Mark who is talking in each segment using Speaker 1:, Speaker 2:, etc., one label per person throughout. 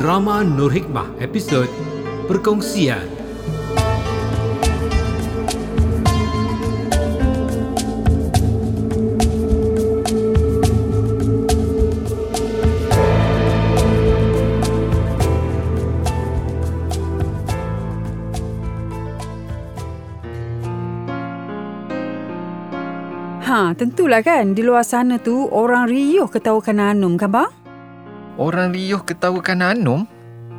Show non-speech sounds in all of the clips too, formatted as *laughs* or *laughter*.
Speaker 1: Drama Nur Hikmah episod Perkongsian
Speaker 2: Ha, tentulah kan di luar sana tu orang riuh ketawakan Anum kan bang?
Speaker 3: Orang riuh ketawakan Anum?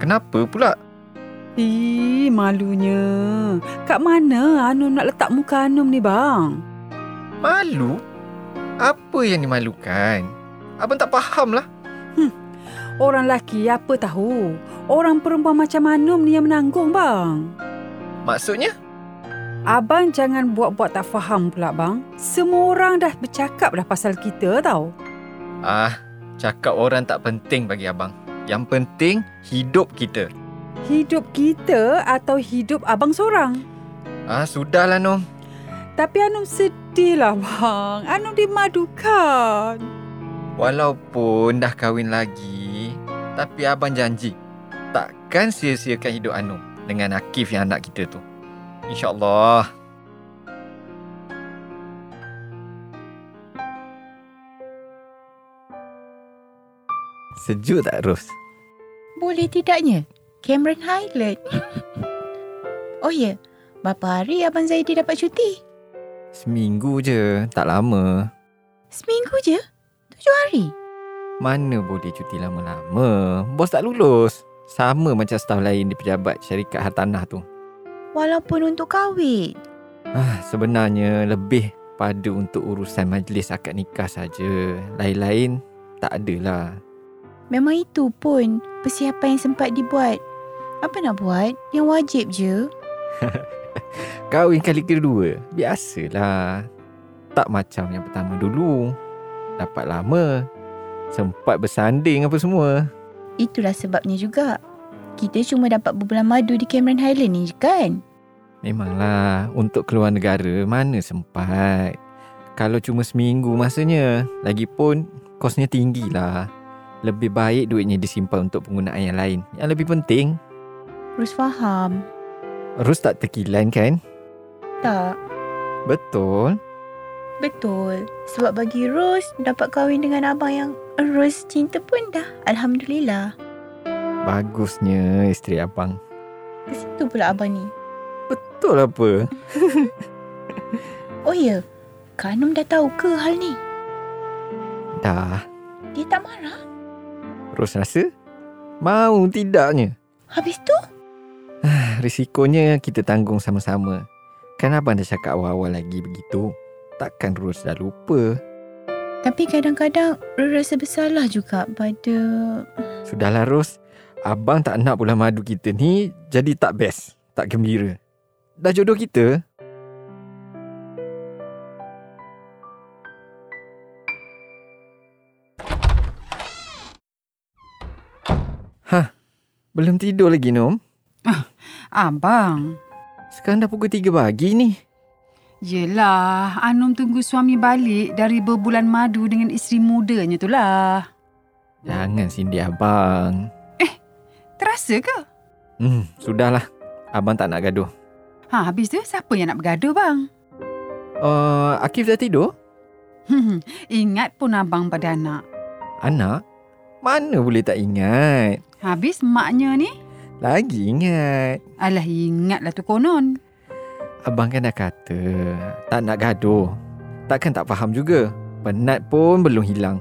Speaker 3: Kenapa pula?
Speaker 2: Ih, malunya. Kat mana Anum nak letak muka Anum ni bang?
Speaker 3: Malu? Apa yang dimalukan? Abang tak faham lah.
Speaker 2: Orang lelaki apa tahu? Orang perempuan macam Anum ni yang menanggung bang.
Speaker 3: Maksudnya?
Speaker 2: Abang jangan buat-buat tak faham pula bang. Semua orang dah bercakap dah pasal kita tau.
Speaker 3: Ah, cakap orang tak penting bagi abang. Yang penting hidup kita.
Speaker 2: Hidup kita atau hidup abang seorang.
Speaker 3: Ah, sudahlah Nom.
Speaker 2: Tapi Anum sedih lah bang. Anum dimadukan.
Speaker 3: Walaupun dah kahwin lagi, tapi abang janji takkan sia-siakan hidup Anum dengan Akif yang anak kita tu. InsyaAllah.
Speaker 4: Sejuk tak Ros?
Speaker 5: Boleh tidaknya? Cameron Highland. oh ya, berapa hari Abang Zaidi dapat cuti?
Speaker 3: Seminggu je, tak lama.
Speaker 5: Seminggu je? Tujuh hari?
Speaker 3: Mana boleh cuti lama-lama? Bos tak lulus. Sama macam staf lain di pejabat syarikat hartanah tu.
Speaker 5: Walaupun untuk kahwin.
Speaker 3: Ah, sebenarnya lebih pada untuk urusan majlis akad nikah saja. Lain-lain tak adalah.
Speaker 5: Memang itu pun persiapan yang sempat dibuat. Apa nak buat? Yang wajib je.
Speaker 3: Kahwin kali kedua, biasalah. Tak macam yang pertama dulu. Dapat lama. Sempat bersanding apa semua.
Speaker 5: Itulah sebabnya juga. Kita cuma dapat berbulan madu di Cameron Highland ni je kan?
Speaker 3: Memanglah untuk keluar negara mana sempat. Kalau cuma seminggu masanya. Lagipun kosnya tinggilah. Lebih baik duitnya disimpan untuk penggunaan yang lain. Yang lebih penting,
Speaker 5: Terus faham.
Speaker 3: Rus tak terkilan kan?
Speaker 5: Tak,
Speaker 3: Betul.
Speaker 5: betul. Sebab bagi Rose, dapat kahwin dengan abang yang Rose cinta pun dah. Alhamdulillah.
Speaker 3: Bagusnya isteri abang.
Speaker 5: Ke situ pula abang ni.
Speaker 3: Betul apa?
Speaker 5: Oh ya, Kak Anum dah tahu ke hal ni?
Speaker 3: Dah.
Speaker 5: Dia tak marah?
Speaker 3: Ros rasa? Mau tidaknya.
Speaker 5: Habis tu?
Speaker 3: Risikonya kita tanggung sama-sama. Kan abang dah cakap awal-awal lagi begitu. Takkan Ros dah lupa.
Speaker 5: Tapi kadang-kadang Rose rasa bersalah juga pada...
Speaker 3: Sudahlah Ros. Abang tak nak bulan madu kita ni jadi tak best. Tak gembira. Dah jodoh kita. Hah, belum tidur lagi Nom?
Speaker 2: Abang.
Speaker 3: Sekarang dah pukul 3 pagi ni.
Speaker 2: Yelah, Anum tunggu suami balik dari berbulan madu dengan isteri mudanya tu lah.
Speaker 3: Jangan sindir abang.
Speaker 2: Terasa ke?
Speaker 3: Hmm, sudahlah. Abang tak nak gaduh.
Speaker 2: Ha, habis tu siapa yang nak bergaduh bang? *laughs*
Speaker 3: Uh, Akif dah tidur?
Speaker 2: Hmm, ingat pun abang pada anak.
Speaker 3: Anak? Mana boleh tak ingat?
Speaker 2: Habis maknya ni?
Speaker 3: Lagi ingat.
Speaker 2: Alah, ingatlah tu konon.
Speaker 3: Abang kan dah kata tak nak gaduh. Takkan tak faham juga. Penat pun belum hilang.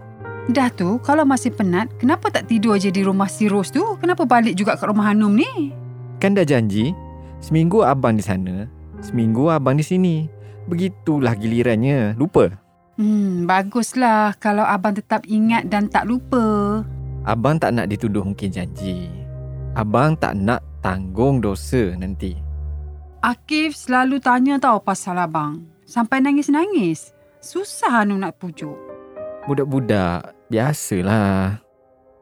Speaker 2: Dah tu, kalau masih penat, kenapa tak tidur je di rumah si Ros tu? Kenapa balik juga kat rumah Anum ni?
Speaker 3: Kan dah janji, seminggu abang di sana, seminggu abang di sini. Begitulah gilirannya. Lupa.
Speaker 2: Hmm, baguslah kalau abang tetap ingat dan tak lupa.
Speaker 3: Abang tak nak dituduh mungkin janji. Abang tak nak tanggung dosa nanti.
Speaker 2: Akif selalu tanya tau pasal abang. Sampai nangis-nangis. Susah Anum nak pujuk.
Speaker 3: Budak-budak, biasalah.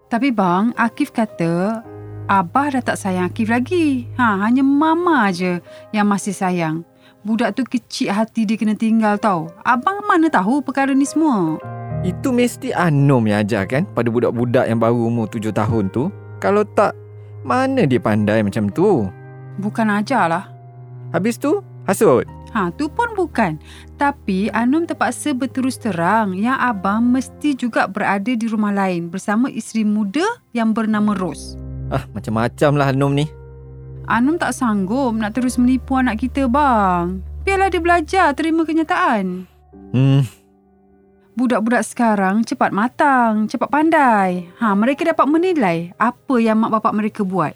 Speaker 2: Tapi bang, Akif kata Abah dah tak sayang Akif lagi. Ha, hanya mama je yang masih sayang. Budak tu kecil hati dia kena tinggal tau. Abang mana tahu perkara ni semua.
Speaker 3: Itu mesti Anom yang ajar kan pada budak-budak yang baru umur 7 tahun tu. Kalau tak, Mana dia pandai macam tu?
Speaker 2: Bukan ajarlah.
Speaker 3: Habis tu, hasut.
Speaker 2: Ha, tu pun bukan. Tapi Anum terpaksa berterus terang yang abang mesti juga berada di rumah lain bersama isteri muda yang bernama Ros.
Speaker 3: Ah, macam-macam lah Hanum ni.
Speaker 2: Anum tak sanggup nak terus menipu anak kita bang. Biarlah dia belajar terima kenyataan.
Speaker 3: Hmm,
Speaker 2: Budak-budak sekarang cepat matang, cepat pandai. Ha, mereka dapat menilai apa yang mak bapak mereka buat.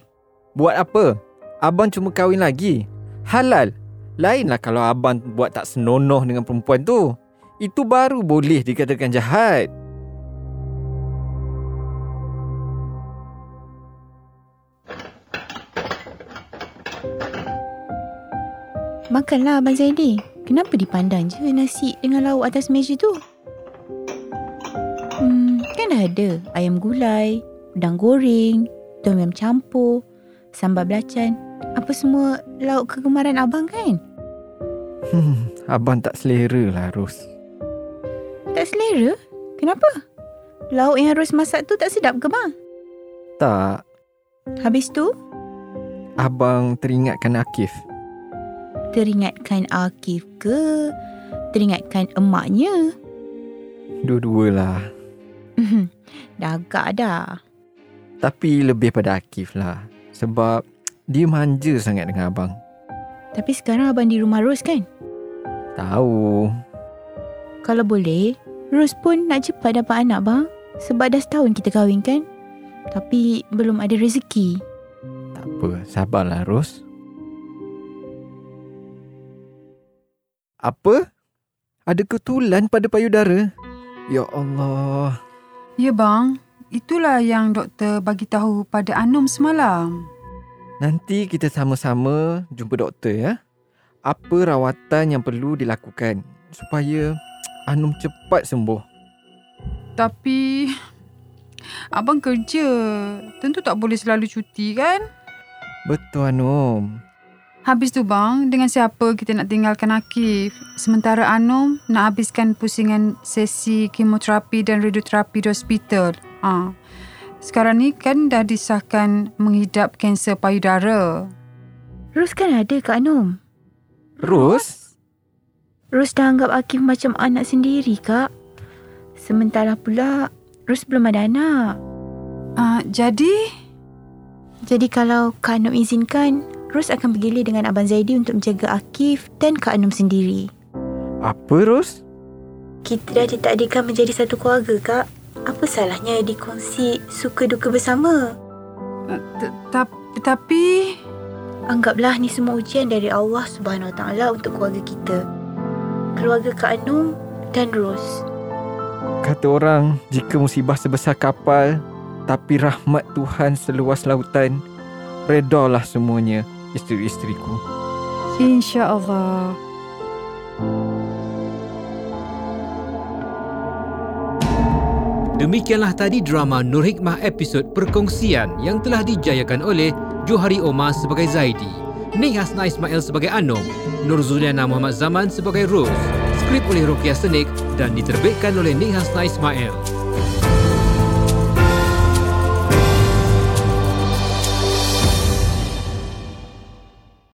Speaker 3: buat apa? Abang cuma kahwin lagi. Halal. Lainlah kalau abang buat tak senonoh dengan perempuan tu. Itu baru boleh dikatakan jahat.
Speaker 5: Makanlah Abang Zaidi. Kenapa dipandang je nasi dengan lauk atas meja tu? Hmm, kan ada ayam gulai, udang goreng, tom yam campur, sambal belacan. Apa semua lauk kegemaran abang kan?
Speaker 3: Hmm, abang tak selera lah Ros.
Speaker 5: Tak selera? Kenapa? Lauk yang Ros masak tu tak sedap ke bang?
Speaker 3: Tak,
Speaker 5: Habis tu,
Speaker 3: abang teringatkan Akif.
Speaker 5: teringatkan Akif ke? Teringatkan emaknya? *laughs*
Speaker 3: Dua-dualah.
Speaker 5: dah agak dah.
Speaker 3: Tapi lebih pada Akif lah. Sebab dia manja sangat dengan abang.
Speaker 5: Tapi sekarang abang di rumah Ros kan?
Speaker 3: Tahu.
Speaker 5: Kalau boleh, Ros pun nak cepat dapat anak bang. Sebab dah setahun kita kahwin kan? Tapi belum ada rezeki.
Speaker 3: Tak apa, sabarlah Ros. Apa? Ada ketulan pada payudara? Ya Allah.
Speaker 2: Ya bang, itulah yang doktor bagi tahu pada Anum semalam.
Speaker 3: Nanti kita sama-sama jumpa doktor ya. Apa rawatan yang perlu dilakukan supaya Anum cepat sembuh.
Speaker 2: Tapi abang kerja, tentu tak boleh selalu cuti kan?
Speaker 3: Betul Anum.
Speaker 2: Habis tu bang, dengan siapa kita nak tinggalkan Akif? Sementara Anum nak habiskan pusingan sesi kemoterapi dan radioterapi di hospital. Ha. Sekarang ni kan dah disahkan menghidap kanser payudara.
Speaker 5: Ros kan ada Kak Nom.
Speaker 3: Ros?
Speaker 5: Ros dah anggap Akif macam anak sendiri Kak. Sementara pula, Ros belum ada anak.
Speaker 2: Ha, jadi,
Speaker 5: Jadi kalau Kak Anum izinkan, Ros akan bergila dengan Abang Zaidi untuk menjaga Akif dan Kak Anum sendiri.
Speaker 3: Apa Ros?
Speaker 5: Kita dah ditakdirkan menjadi satu keluarga, Kak. Apa salahnya dikongsi suka duka bersama?
Speaker 2: t- tap- tapi...
Speaker 5: Anggaplah ni semua ujian dari Allah Subhanahu Wa Taala untuk keluarga kita. Keluarga Kak Anum dan Ros.
Speaker 3: Kata orang, jika musibah sebesar kapal, tapi rahmat Tuhan seluas lautan, redalah semuanya, isteri-isteriku.
Speaker 2: InsyaAllah.
Speaker 1: Demikianlah tadi drama Nur Hikmah episod Perkongsian yang telah dijayakan oleh Johari Omar sebagai Zaidi, Nik Hasna Ismail sebagai Anom, Nur Zuliana Muhammad Zaman sebagai Rose, skrip oleh Rukiah Senik dan diterbitkan oleh Nik Hasna Ismail.